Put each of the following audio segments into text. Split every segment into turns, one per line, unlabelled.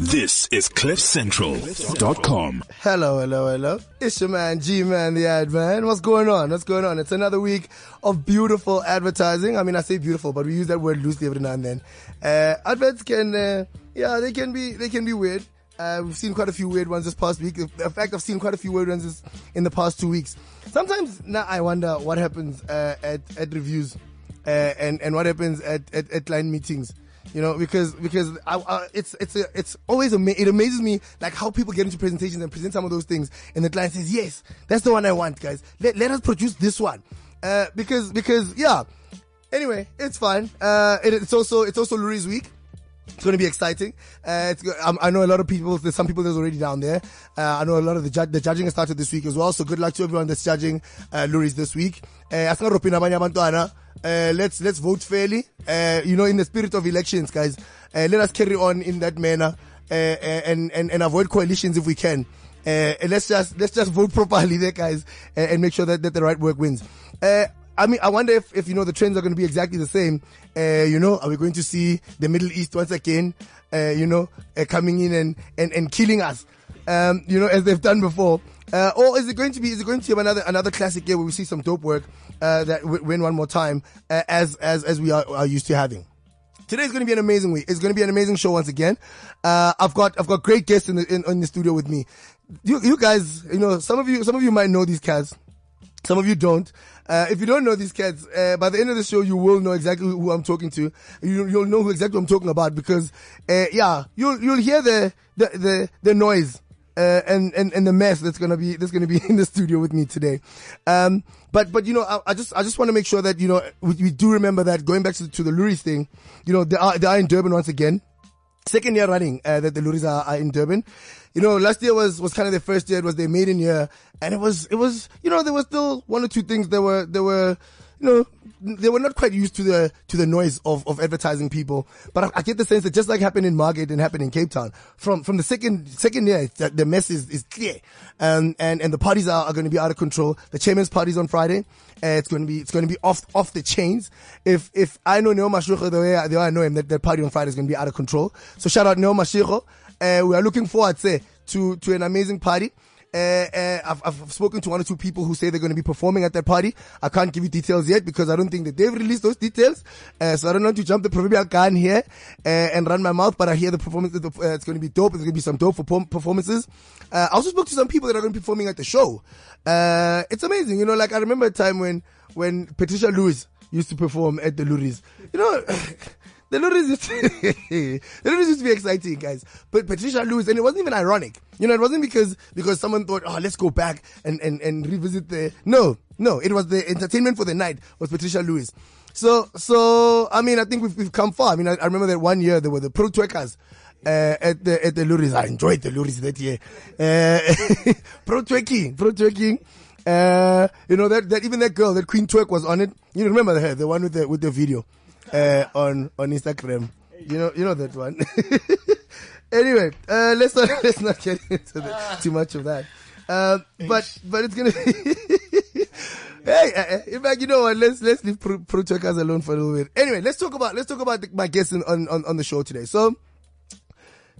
This is CliffCentral.com.
Hello, hello, hello. It's your man, G Man, the ad man. What's going on? What's going on? It's another week of beautiful advertising. I mean, I say beautiful, but we use that word loosely every now and then. Uh, adverts can, uh, yeah, they can be, they can be weird. Uh, we've seen quite a few weird ones this past week. In fact, I've seen quite a few weird ones this, in the past two weeks. Sometimes now I wonder what happens uh, at at reviews uh, and and what happens at, at at line meetings. You know, because because I, I, it's it's a, it's always ama- it amazes me like how people get into presentations and present some of those things, and the client says, "Yes, that's the one I want, guys. Let let us produce this one," uh, because because yeah. Anyway, it's fine. Uh, it, it's also it's also Lurie's week. It's going to be exciting. Uh, it's, go- um, I know a lot of people. There's some people that's already down there. Uh, I know a lot of the judge. The judging has started this week as well. So good luck to everyone that's judging uh, Lurie's this week. Uh, asingarobhi nabanye abantwana. Uh, let's let's vote fairly. Uh, you know, in the spirit of elections, guys. Uh, let us carry on in that manner uh, and, and and avoid coalitions if we can. Uh, and let's just let's just vote properly there, guys, uh, and, and make sure that, that the right work wins. Uh, I mean, I wonder if, if you know the trends are going to be exactly the same. Uh, you know, are we going to see the Middle East once again? Uh, you know, uh, coming in and, and, and killing us. Um, you know, as they've done before. Uh, or is it going to be? Is it going to be another another classic year where we see some dope work uh, that w- win one more time, uh, as as as we are, are used to having. Today's going to be an amazing week. It's going to be an amazing show once again. Uh, I've got I've got great guests in the in, in the studio with me. You you guys, you know, some of you some of you might know these cats. Some of you don't. Uh, if you don't know these cats, uh, by the end of the show, you will know exactly who I'm talking to. You, you'll know who exactly I'm talking about because, uh, yeah, you'll you'll hear the the the, the noise uh, and, and and the mess that's gonna be that's gonna be in the studio with me today. Um, but but you know, I, I just I just want to make sure that you know we, we do remember that going back to, to the Lurie thing, you know, they are they are in Durban once again second year running uh, that the Luris are, are in Durban. You know, last year was was kind of their first year. It was their maiden year, and it was it was you know there were still one or two things that were that were you know they were not quite used to the to the noise of of advertising people. But I, I get the sense that just like happened in Margate and happened in Cape Town, from from the second second year, it's that the mess is, is clear, um, and and the parties are, are going to be out of control. The chairman's party's on Friday. Uh, it's going to be it's going to be off off the chains. If if I know Neil Mashrucha the way I, the way I know him, that, that party on Friday is going to be out of control. So shout out Neil Mashrucha. Uh, we are looking forward say, to to an amazing party. Uh, uh, I've, I've spoken to one or two people who say they're going to be performing at that party. I can't give you details yet because I don't think that they've released those details. Uh, so I don't want to jump the proverbial gun here uh, and run my mouth, but I hear the performance. Uh, it's going to be dope. There's going to be some dope perform- performances. Uh, I also spoke to some people that are going to be performing at the show. Uh, it's amazing, you know. Like I remember a time when when Patricia Lewis used to perform at the Luries. You know. The Lourdes used to, the Lourdes used to be exciting, guys. But Patricia Lewis, and it wasn't even ironic. You know, it wasn't because because someone thought, oh, let's go back and and and revisit the. No, no, it was the entertainment for the night was Patricia Lewis. So so I mean, I think we've we've come far. I mean, I, I remember that one year there were the pro twerkers. Uh, at the at the Lourdes, I enjoyed the Lourdes that year. Uh, pro twerking, pro twerking. Uh, you know that that even that girl, that Queen Twerk was on it. You remember her, the one with the with the video uh, on on Instagram. You know, you know that one. anyway, uh, let's not let's not get into the, too much of that. Um, but but it's gonna. Be hey, uh, uh, in fact, you know what? Let's let's leave pro, pro Checkers alone for a little bit. Anyway, let's talk about let's talk about the, my guests in, on, on on the show today. So.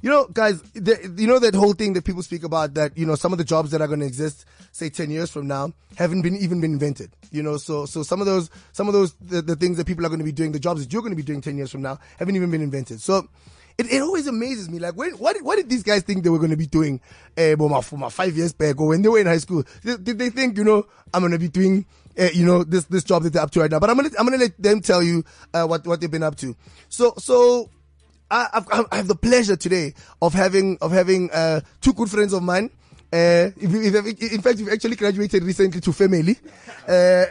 You know, guys, the, you know that whole thing that people speak about that, you know, some of the jobs that are going to exist, say 10 years from now, haven't been even been invented. You know, so, so some of those, some of those, the, the things that people are going to be doing, the jobs that you're going to be doing 10 years from now haven't even been invented. So it, it always amazes me. Like when, what, did- what did these guys think they were going to be doing, eh, Boma Fuma five years back or when they were in high school? Did, did they think, you know, I'm going to be doing, uh, you know this this job that they're up to right now, but I'm gonna I'm gonna let them tell you uh, what what they've been up to. So so I, I've, I have the pleasure today of having of having uh, two good friends of mine. Uh, if, you- if, if, in fact, we've actually graduated recently to family. Uh,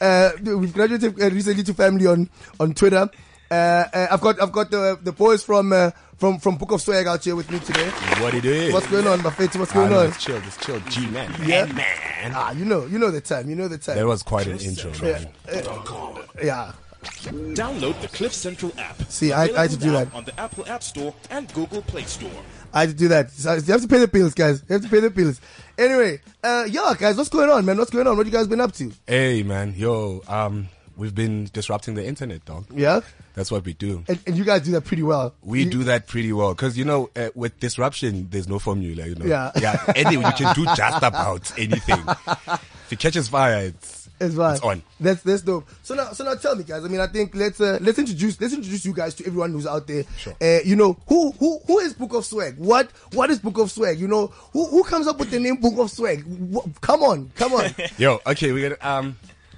uh, we've graduated uh, recently to family on on Twitter. Uh, uh, I've got I've got the the boys from uh, from from Book of Swag out here with me today.
What it is?
What's going on, Buffet? What's
Ah,
going
no,
on?
It's chill, just chill. G man,
Yeah.
man.
Ah, you know you know the time. You know the
That
time.
was quite an intro, man.
Yeah.
Download the Cliff Central app.
See, I- I had to do
Available
that.
now on the Apple App Store and Google Play Store.
I had to do that. So you have to pay the bills, guys. You have to pay the bills. Anyway, uh, yeah, guys, what's going on, man? What's going on? What you guys been up to?
Hey, man, yo, um, We've been disrupting the internet, dog.
Yeah?
That's what we do.
And, and you guys do that pretty well.
We
You-
do that pretty well because you know uh, with disruption there's no formula you know
Yeah.
yeah anyway you can do just about anything if it catches fire it's
It's right.
it's on
That's that's dope. So now, so now, tell me, guys. I mean, I think let's uh, let's introduce let's introduce you guys to everyone who's out there.
Sure.
Uh, you know who who who is Book of Swag? What what is Book of Swag? You know who who comes up with the name Book of Swag? Wh- come on, come on.
Yo, okay, we got um.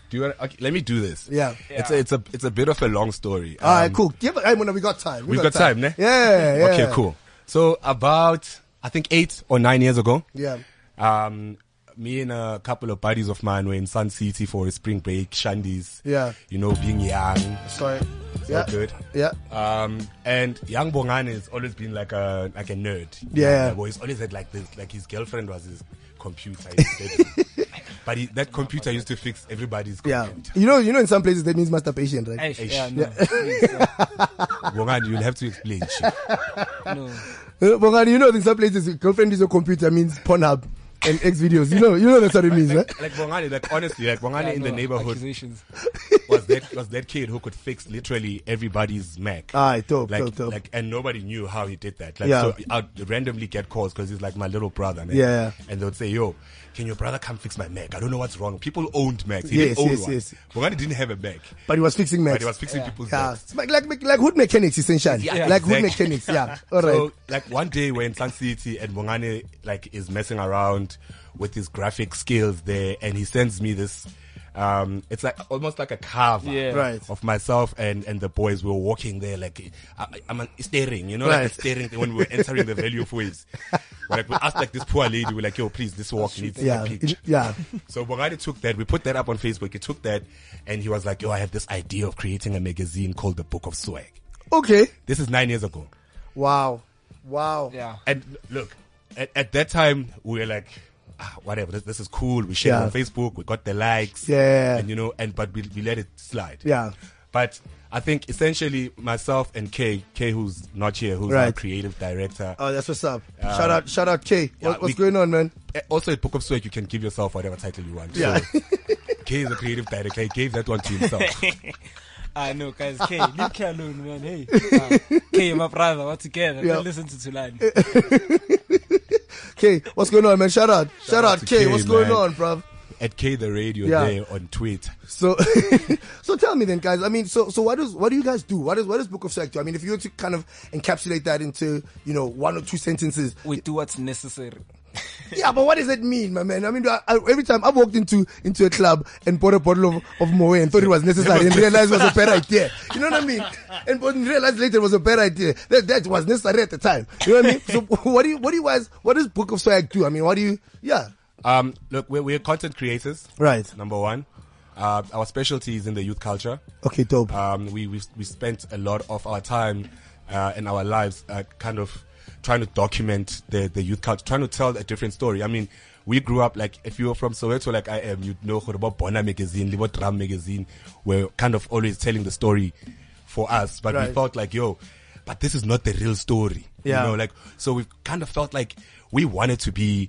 Do you want? Okay, let me do this.
Yeah.
it's a, it's a it's a bit of a long story.
All right,
Um,
cool. Give it. Hey, Mona, we got time. We
We've got time, ne?
Yeah, yeah.
Okay, cool. So about I think eight or nine years ago.
Yeah.
Um, me and a couple of buddies of mine were in Sun City for a spring break, shandies.
Yeah.
You know, being young.
Sorry.
all good.
Yeah.
Um, and young Bongan has always been like a like a nerd.
Yeah.
Like, well, he's always had like this. Like his girlfriend was his computer. in his bedroom. but he, that computer used to fix everybody's
Yeah.
computer.
You know, you know, in some places that means masturbation, right?
Eish, yeah,
Eish.
no, please, yeah.
Bongan, you'll have to explain. Chief.
Uh, Bongani, you know, in some places, girlfriend is your computer means Pornhub and X videos. You know, you know that's what it means, eh? right?
Like Bongani, like honestly, like Bongani
Yeah,
in
no,
the neighborhood
accusations.
was that was that kid who could fix literally everybody's Mac.
Aye, dope,
like,
dope, dope.
Like, and nobody knew how he did that. Like,
Yeah.
so I'd randomly get calls because he's like my little brother. Man.
Yeah.
And they would say, "Yo, can your brother come fix my Mac? I don't know what's wrong. People owned Macs. He
Yes,
didn't own
yes,
one.
yes.
Bongani didn't have a Mac,
But he was fixing maths.
but he was fixing people's
Yeah,
Macs.
it's like, like like hood mechanics essentially.
Yeah,
like hood
exactly.
mechanics. Yeah. All right.
So, like one day we're in Sun City and Mongane like is messing around with his graphic skills there, and he sends me this. Um, it's like almost like a cover
Yeah.
Right.
of myself and, and the boys. We were walking there like I, I'm an- staring, you know, like
Right.
a staring thing when we were entering the Valley of Waves. We're like we asked like this poor lady, we're like, yo, please, this walk needs
yeah.
a
it-
picture.
yeah.
So Bongani took that. We put that up on Facebook. He took that, and he was like, yo, I have this idea of creating a magazine called the Book of Swag.
Okay.
This is nine years ago.
Wow. Wow.
Yeah.
And look, at, at that time we were like, ah, whatever, this, this is cool. We shared
Yeah.
it on Facebook. We got the likes.
Yeah.
And you know, and but we, we let it slide.
Yeah.
But I think essentially myself and Kay, Kay who's not here, who's our
Right.
creative director. Uh,
Oh, that's what's up. shout out, shout out, K.
yeah,
what, what's
we-
going on, man?
Eh, Also at Book of Sweat, you can give yourself whatever title you want.
Yeah.
So, Kay is a creative director. He gave that one to himself.
I know, guys. K, leave K alone, man. Hey, uh, K, my brother, we're together.
Yeah.
Don't listen to Tulani.
K, what's going on, man? Shout out, shout, out,
to
K.
K,
What's
man.
going on, bruv?
at Kay the Radio
Yeah.
there on Twitter.
So, so tell me then, guys. I mean, so so what does what do you guys do? What is what does Book of Sex do? I mean, if you were to kind of encapsulate that into you know one or two sentences,
We do what's necessary.
yeah. But what does it mean, my man? I mean, I, I, every time I've walked into into a club and bought a bottle of, of Moe and thought it was necessary and realized it was a bad idea. You know what I mean? And but realized later it was a bad idea. That that was necessary at the time. You know what I mean? So what do you what do you guys what does Book of Swag do? I mean, what do you? Yeah.
Um, look, we're, we're content creators.
Right.
Number one. Uh, our specialty is in the youth culture.
Okay, dope.
Um, we, we we spent a lot of our time uh, and our lives uh, kind of trying to document the, the youth culture, trying to tell a different story. I mean, we grew up like if you were from Soweto, like I am, you'd know about Bona magazine, about Drum magazine. We're kind of always telling the story for us, but
Right.
we felt like yo, but this is not the real story.
Yeah.
You know, like so we kind of felt like we wanted to be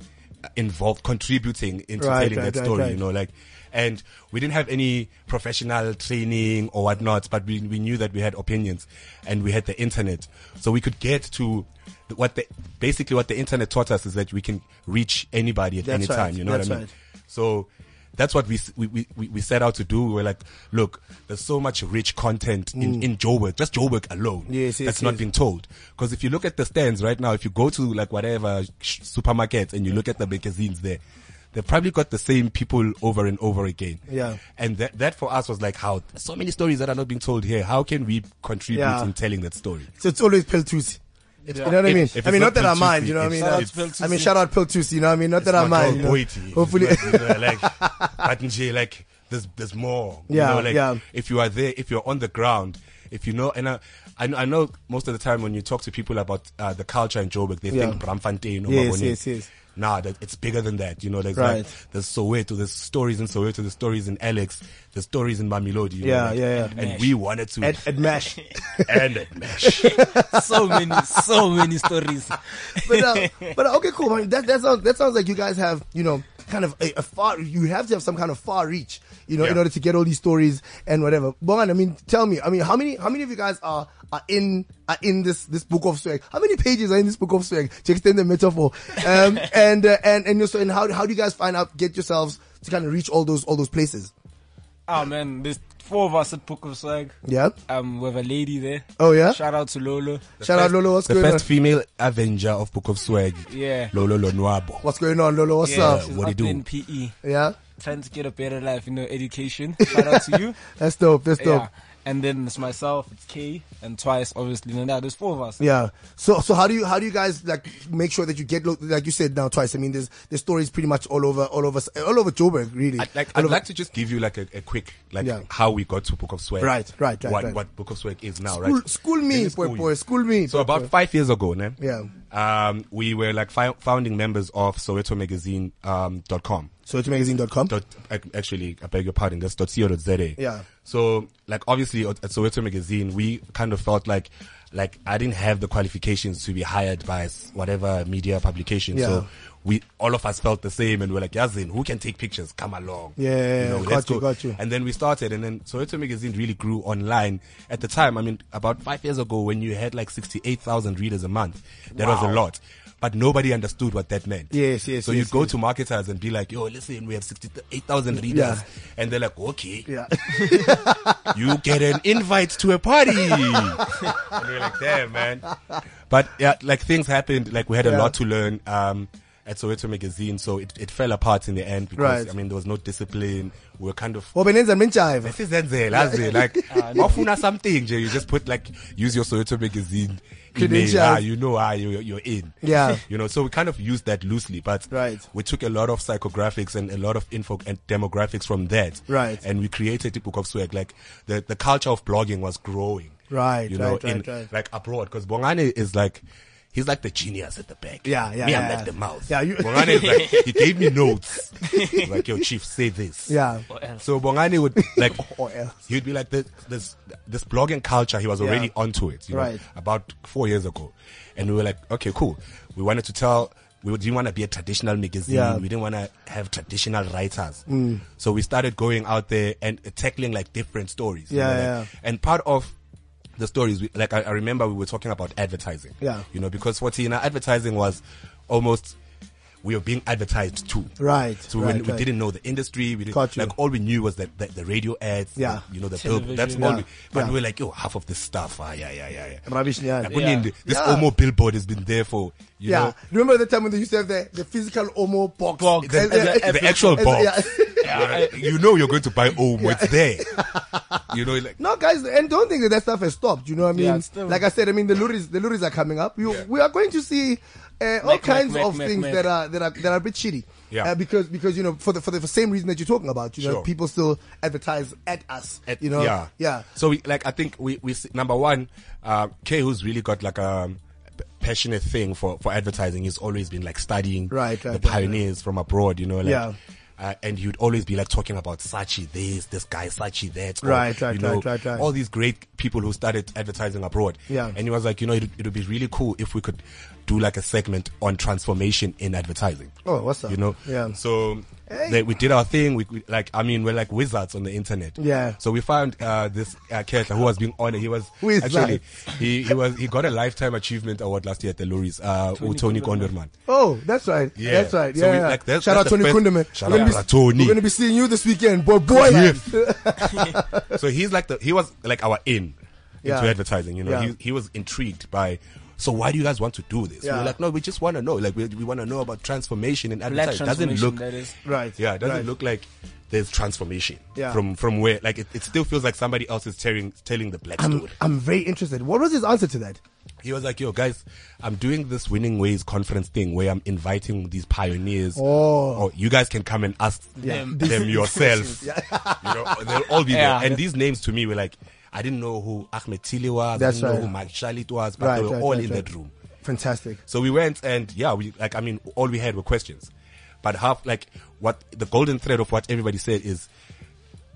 involved, contributing into
Right,
telling
right,
that
right,
story.
right.
You know, know, like, and we didn't have any professional training or whatnot, but we, we knew that we had opinions and we had the internet. So we could get to th- what the, basically what the internet taught us is that we can reach anybody at
That's
any
right,
time. You know
that's
what I mean?
right.
So that's what we, s- we, we- we, we set out to do. We were like, look, there's so much rich content in, in Joburg, just Joburg alone.
Mm. Yes, yes,
That's not
yes.
been told. Cause if you look at the stands right now, if you go to like whatever sh- supermarkets and you look at the magazines there, they've probably got the same people over and over again.
Yeah.
And that, that for us was like how so many stories that are not being told here. How can we contribute
Yeah.
in telling that story?
So it's always Peltusi. You know what I
If-
mean?
if it's
I mean, not
not
that I
Peltusi,
mind, you know what I
it's-
mean?
Shout
out
It's-
Peltusi.
I mean, shout out Peltusi, you know what I mean? Not that I
It's not
mind. you know.
all poetry. It's
Hopefully.
not, uh, like, but nje, like, there's, there's more. You
Yeah,
know, like,
yeah.
If you are there, if you're on the ground, if you know, and I, I, know- I know most of the time when you talk to people about uh, the culture in Joburg, they
Yeah.
think Bramfontein or
Yes,
Mabone.
yes, yes.
Nah, that, it's bigger than that. You know, there's
Right.
like, there's Soweto, there's stories in Soweto, there's stories in Alex, the stories in Mamelodi. you know,
Yeah,
like,
yeah, yeah.
And we wanted to
At, at Mash.
and at Mesh.
so many, so many stories.
but uh, but uh, okay, cool. man. that that sounds that sounds like you guys have you know kind of a, a far. You have to have some kind of far reach, you know, in
Yeah.
order to get all these stories and whatever. Bongan, I mean, tell me, I mean, how many how many of you guys are are in are in this this book of swag? How many pages are in this book of swag? To extend the metaphor, um, and uh, and and so and how how do you guys find out get yourselves to kind of reach all those all those places?
oh man, there's four of us at Book of Swag.
Yeah.
Um, we have a lady there.
Oh, yeah?
Shout out to Lolo.
Shout out Lolo, what's
the
going on?
first female Avenger of Book of Swag.
Yeah.
Lolo Lonwabo.
What's going on, Lolo? What's
Yeah,
up?
she's
what do
up
you do?
in PE,
Yeah,
trying to get a better life, you know, education. Shout out to you.
that's dope. That's dope.
Yeah. And then it's myself, it's Kay, and twice, obviously. And now there's four of us.
Yeah. So so how do you how do you guys like make sure that you get lo- like you said now twice? I mean, there's there's stories pretty much all over all over all over Joburg really.
I'd like,
All
I'd
over-
like to just give you like a, a quick, like
Yeah.
how we got to Book of Swag.
Right, right, right,
What,
right.
what Book of Swag is now,
school,
right?
school
Let
me, boy,
school you.
boy, school me.
So
boy,
about
boy.
five years ago, ne?
Yeah.
Um, we were like fi- founding members of Soweto Magazine um, dot com.
so it's magazine.com.
Dot, ac- actually, I beg your pardon. That's dot co dot za.
Yeah.
So like obviously at at Soweto Magazine, we kind of felt like like I didn't have the qualifications to be hired by s- whatever media publication.
Yeah.
So we all of us felt the same, and we're like, Yazin, who can take pictures? Come along.
Yeah,
You know,
got
let's
you,
go.
got you.
And then we started, and then Soweto Magazine really grew online. At the time, I mean, about five years ago, when you had like 68,000 readers a month, that was a lot. But nobody understood what that meant.
Yes, yes,
So
yes,
you'd go to marketers and be like, yo, listen, we have 68,000 readers.
Yeah.
And they're like, okay,
Yeah.
you get an invite to a party. and we're like, damn, man. But yeah, like things happened. Like we had
Yeah.
a lot to learn um, at Soweto Magazine. So it, it fell apart in the end because,
Right.
I mean, there was no discipline. We were kind of
Wobenenza Minchive.
Sisenzela aze like
Ah,
ofuna something nje you just put like use your Soweto magazine
Credentials.
email ah, you know ah, you, you're in
Yeah.
you know so we kind of used that loosely but
Right.
we took a lot of psychographics and a lot of info and demographics from that
Right.
and we created the book of swag like the, the culture of blogging was growing
Right,
you
right,
know
right,
in
right.
like abroad because Bongani is like He's like the genius at the back.
Yeah, yeah,
Me,
yeah,
I'm
yeah.
like the mouth.
Yeah, you-
Bongani is like, he gave me notes. He's like, yo, chief, say this.
Yeah.
So Bongani would like
Or else.
he'd be like this this this blogging culture. He was already onto it, you know,
Right.
about four years ago, and we were like, okay, cool. We wanted to tell. We didn't want to be a traditional magazine.
Yeah. Mm.
We didn't want to have traditional writers. So we started going out there and tackling like different stories. you
Yeah,
know, like-
yeah.
And part of the stories, we, like I, I remember, we were talking about advertising.
Yeah.
You know, because for Tina, advertising was almost we were being advertised to.
Right,
So we,
right,
were- we
right.
didn't know the industry. We didn't,
Got you.
Like all we knew was that the, the radio ads.
Yeah.
You know the bill. That's
Television.
all.
Yeah.
We, but
Yeah.
we were like, yo, half of this stuff. Ah, yeah, yeah, yeah, yeah.
Rubbish, yeah.
Like,
Yeah.
Onyende, This
Yeah.
Omo billboard has been there for you
yeah.
know
Remember the time when they used to have the, the physical Omo box?
Box.
the, the- the actual
It's-
box.
yeah.
Yeah. You know you're going to buy Omo. It's there. you know, like
No, guys, and don't think that that stuff has stopped. You know what I mean?
Yeah, it's still-
like I said, I mean the lorries, the lorries are coming up. You, We are going to see uh, all
Mac,
kinds
Mac,
of
Mac,
things
Mac.
that are that are that are a bit shitty.
Yeah.
Uh, because because you know for the for the for same reason that you're talking about, you know,
Sure.
people still advertise at us.
At-
you know,
yeah,
yeah.
So we like I think we we see, number one, uh, Kay who's really got like a um, p- passionate thing for for advertising. He's always been like studying
Right,
the
right, right,
pioneers from abroad. You know, like,
Yeah.
Uh, and you'd always be like talking about Sachi this, this guy Sachi that, or,
Right, right,
you know,
right, right, right.
all these great people who started advertising abroad.
Yeah.
and he was like, you know, it would be really cool if we could do like a segment on transformation in advertising.
Oh, what's up?
You know,
Yeah.
So
Hey.
they, we did our thing. We, we like, I mean, we're like wizards on the internet.
Yeah.
So we found uh, this uh, character who was being honored. He was
Who is
actually he, he was he got a lifetime achievement award last year at the Lorries. Uh, Tony, Tony Gondorman.
Oh, that's right.
Yeah.
That's right. Yeah.
So we-
yeah.
like, that's-
Shout
that's
out
the
Tony
first-
Kunderman.
Shout
we're
out
gonna
to
be,
Tony.
We're gonna be seeing you this weekend, boy. Boy.
so he's like the he was like our in
Yeah.
into advertising. You know,
Yeah.
he he was intrigued by. So why do you guys want to do this? We
Yeah.
were like, no, we just want to know. Like, we, we want to know about transformation in
Black
advertising.
transformation,
Doesn't look
that is.
Right.
Yeah, it doesn't
right.
look like there's transformation
Yeah.
from from where like it, it still feels like somebody else is telling telling the black
Um,
I'm,
story.
I'm very interested. What was his answer to that?
He was like, "Yo, guys, I'm doing this Winning Ways conference thing where I'm inviting these pioneers.
Oh.
or you guys can come and ask them, them yourself. you know, they'll all be
Yeah.
there. And these names to me were like, I didn't know who Ahmed Tili was.
That's
I didn't
right.
know who Mike Shalit was, but
Right,
they were
right,
all
right,
in
right.
that room.
Fantastic.
So we went and yeah, we like I mean all we had were questions. But half like what the golden thread of what everybody said is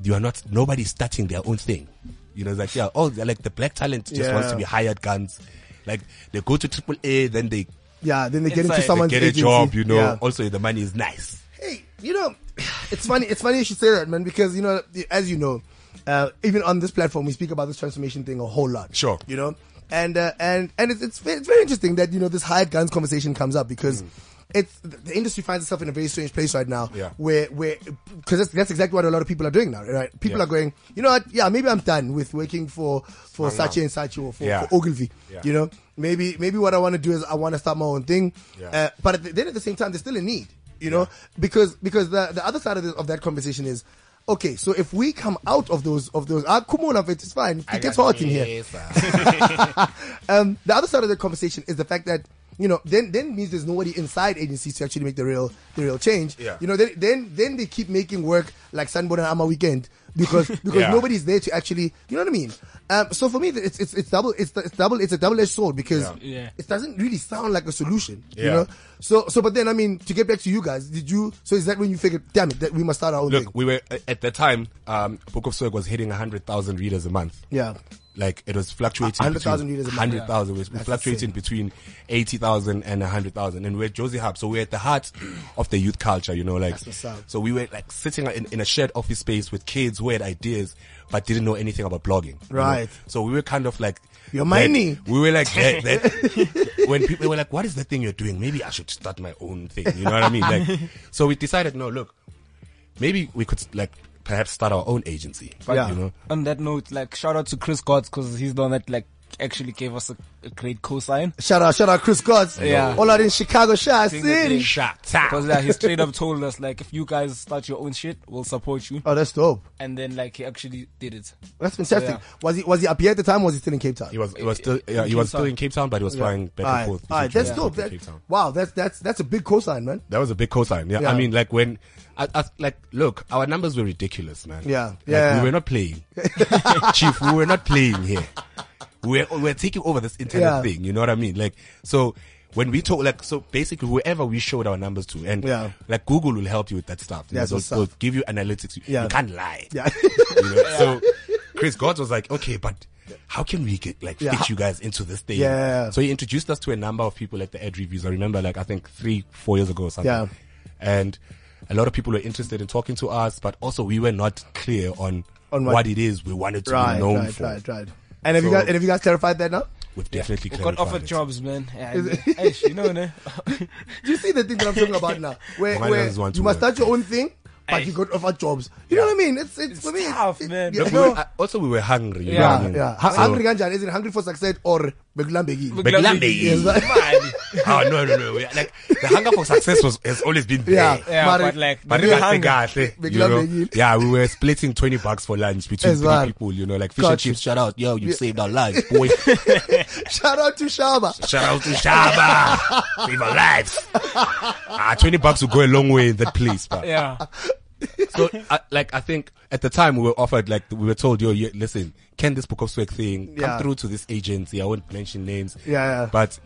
you are not nobody's starting their own thing. You know, it's like yeah, oh, like the black talent just
Yeah.
wants to be hired guns. Like they go to triple A, then they,
Yeah, then they get
It's
into
like-
someone's
get
agency.
a job. You know,
Yeah.
also the money is nice.
Hey, you know, it's funny. It's funny you should say that, man, because you know, as you know, uh, even on this platform, we speak about this transformation thing a whole lot.
Sure.
you know, and uh, and and it's, it's ve- it's very interesting that you know this hired guns conversation comes up because.
Hmm.
It's the industry finds itself in a very strange place right now,
Yeah.
where where because that's, that's exactly what a lot of people are doing now, right? People
Yeah.
are going, you know what? Yeah, maybe I'm done with working for for Sachi and Sachi or for,
Yeah.
for Ogilvy.
Yeah.
You know, maybe maybe what I want to do is I want to start my own thing.
Yeah.
Uh, but at the, then at the same time, they're still in need, you know, because because the the other side of, this, of that conversation is. Okay, so if we come out of those of those, ah, come on, it's fine. It gets hot in here. Um, the other side of the conversation is the fact that you know then then means there's nobody inside agencies to actually make the real the real change.
Yeah.
You know then then then they keep making work like Sanborn and Ama weekend because because
Yeah.
nobody's there to actually you know what I mean. Um, so for me it's it's it's double it's, it's double it's a double edged sword because
Yeah. Yeah.
it doesn't really sound like a solution. You
Yeah.
know. So so but then I mean to get back to you guys did you so is that when you figured damn it that we must start our own
Look,
thing?
we were at the time. Um, Book of Swag was hitting hundred thousand readers a month.
Yeah.
like it was fluctuating.
100,000 readers a month.
Hundred thousand was fluctuating between eighty thousand and hundred thousand, and we're at Josie Hub, so we're at the heart of the youth culture. You know, like
what's up.
so we were like sitting in, in a shared office space with kids who had ideas but didn't know anything about blogging. you know.
Right.
So we were kind of like.
You're
that-
mining.
We were like that, that- when people were like, "What is the thing you're doing?" Maybe I should start my own thing. You know what I mean? Like, so we decided, no, look, maybe we could like perhaps start our own agency.
Yeah.
You know,
On that note, like shout out to Chris Gods because he's the one that like actually gave us a, a great cosign.
Shout out shout out Chris Gods.
Yeah.
All out in Chicago, Shy
Doing the
City.
thing. Because yeah, he straight up told us like if you guys start your own shit, we'll support you.
Oh, that's dope.
And then like he actually did it.
That's fantastic.
Yeah.
Was he was he up here at the time? or Was he still in Cape Town?
He was, he was still, yeah, he was still in Cape Town, but he was flying back and forth.
All right,
between
that's
Johannesburg
dope.
and Cape
That,
Town.
wow, that's that's that's a big cosign, man.
That was a big cosign. Yeah.
Yeah.
I mean, like when, I, I, like, look, our numbers were ridiculous, man.
Yeah.
Like,
Yeah.
We were not playing. Chief, we were not playing here. We're, we're taking over this internet
Yeah.
thing. You know what I mean? Like, so when we talk, like, so basically whoever we showed our numbers to and
Yeah.
like Google will help you with that stuff. You
That's
know,
what's
they'll, they'll
up.
give you analytics. You,
Yeah.
you can't lie.
Yeah,
You know? So Chris Gods was like, okay, but how can we get like
Yeah.
fit you guys into this thing?
Yeah.
So he introduced us to a number of people at the Ed Reviews. I remember like I think three, four years ago or something.
Yeah.
And a lot of people were interested in talking to us, but also we were not clear on,
On what-
what, it is we wanted to
right,
be known
right,
for.
right, right. And have you
So-
guys and have you guys clarified that now?
We've definitely
We got
clarified
offered
it.
jobs, man. Yeah, hey, you know, no?
Do you see the thing that I'm talking about now? Where,
Why
where
does one
you
to
must
work?
start your own thing, but you got offered jobs. You know what I mean? It's it's, for me. it's-
tough,
it-
man.
Yeah,
Look, we
no,
were- uh, also we were hungry. you know
Yeah,
what I
yeah.
mean?
Ha-
So-
hungry ganjani? Is it hungry for success or beglambegi?
Beglambegi.
Yes, man.
oh no no no! We- Like the hunger for success was has always been there.
Yeah.
Yeah,
Mari-
but like,
But
the
kahle
hunger-
kahle,
Big
you
love,
know.
Benil.
Yeah, we were splitting 20 bucks for lunch between
As
three
well.
people, you know, like fish
Got
and
you.
chips. Shout out, yo, you saved our lives, boy.
Shout out to Shaba.
Shout out to Shaba. Save our lives. Ah, 20 bucks will go a long way in that place, but
yeah.
so I, like I think at the time we were offered like we were told yo yeah, listen can this book of swag thing
Yeah.
come through to this agency I won't mention names
Yeah, yeah.
but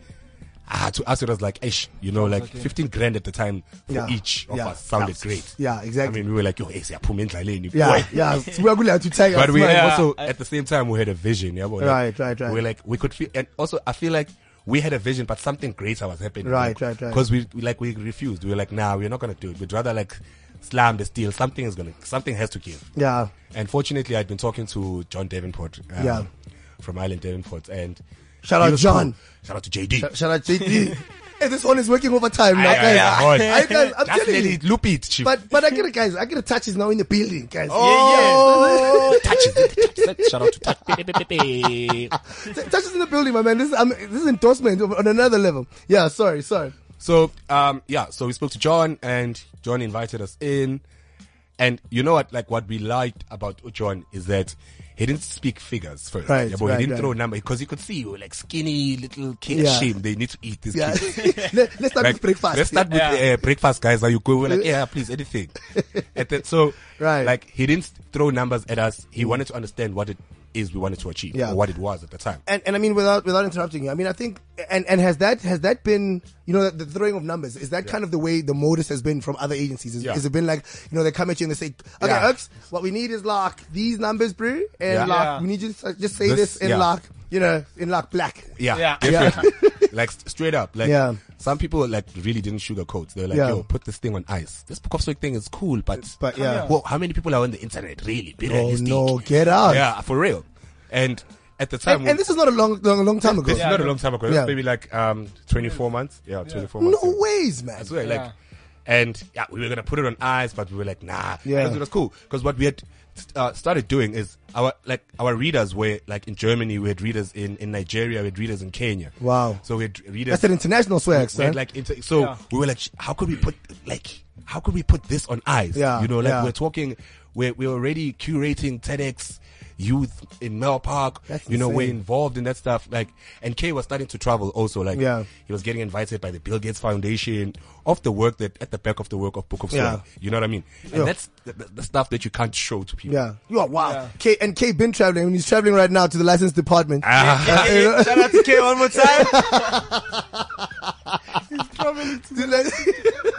ah, to us it was like ish you know like 15 grand at the time for
Yeah.
each of
Yeah.
us sounded great
Yeah,
I
exactly.
mean we were like yo hey siyaphuma endlaleni
Yeah,
boy."
yeah. We are going to take
but we
Yeah.
also at the same time we had a vision yeah but
Right, right, right.
we're like we could feel and also I feel like we had a vision, but something greater was happening.
Right, right, right.
Because we, we like we refused. We were like, nah, we're not gonna do it. We'd rather like slam the steel. Something is gonna, something has to give.
Yeah,
And fortunately, I'd been talking to John Davenport. um,
Yeah.
From Island Davenport. And
Shout
he
out
was
John.
cool. Shout out to JD.
shout out JD. Hey, this one is working overtime now,
Aye, aye,
guys.
aye, hard.
I, guys, I'm
Just
telling
let
you.
it loop it, chief.
But but I get it, guys. I get a touch is now in the building, guys.
Oh, touch it. touch it. Shout out to touch.
T- touch is in the building, my man. This is um, this is endorsement on another level. Yeah, sorry, sorry.
So, um, yeah, so we spoke to John and John invited us in. And you know what, like what we liked about John is that he didn't speak figures first.
Right,
yeah, but
right,
he didn't
right.
throw number because you could see you were like skinny little kid.
Yeah.
Shame they need to eat this
Yeah,
kid.
Let, us start
Like,
with breakfast.
Let's start with
Yeah.
uh, breakfast, guys. Are you cool? We're like, yeah, please, anything. and then, so,
Right.
like, he didn't throw numbers at us. He wanted to understand what it is we wanted to achieve,
Yeah.
or what it was at the time.
and, and I mean without without interrupting you, I mean I think and, and has that has that been you know the, the throwing of numbers is that kind of the way the modus has been from other agencies? Is,
Yeah.
Has it been like you know they come at you and they say, okay,
Yeah.
Ux, what we need is like these numbers, bro, and
Yeah.
like
Yeah.
we need you to just say
This-
this, in
yeah.
like you know in like black.
Yeah,
Yeah.
definitely. like s- straight up. Like
Yeah.
some people like really didn't sugarcoat. They're like,
Yeah.
yo, put this thing on ice. This Pokopswek thing is cool, but
But, yeah.
Whoa, how many people are on the internet really? Be
Oh
realistic.
no, get out!
Yeah, for real. And at the time,
And, and this is not a long long long time ago.
this is not a long time ago. That's
Yeah.
maybe like um 24 months. Yeah, 24
No
months.
ways, man.
I swear,
Yeah.
like, and yeah, we were gonna put it on ice, but we were like, nah.
Yeah.
And it was cool because what we had uh, started doing is our like our readers were like in Germany, we had readers in in Nigeria, we had readers in Kenya.
Wow.
So we had readers.
That's an international swag,
we had,
son.
like inter- so
Yeah.
we were like, sh- how could we put like how could we put this on ice?
Yeah,
You know, like
yeah.
we're talking, we're we're already curating TEDx youth in Mel Park.
That's
you know, we're
insane.
involved in that stuff. Like, and Kay was starting to travel also. Like,
Yeah.
he was getting invited by the Bill Gates Foundation of the work that at the back of the work of Book of Soul.
Yeah.
You know what I mean? And
Yeah.
that's the, the, the stuff that you can't show to people.
yeah, you are wow.
Yeah.
K and K been traveling. and He's traveling right now to the license department.
Ah,
Yeah, yeah, yeah. Shout out to K one more time.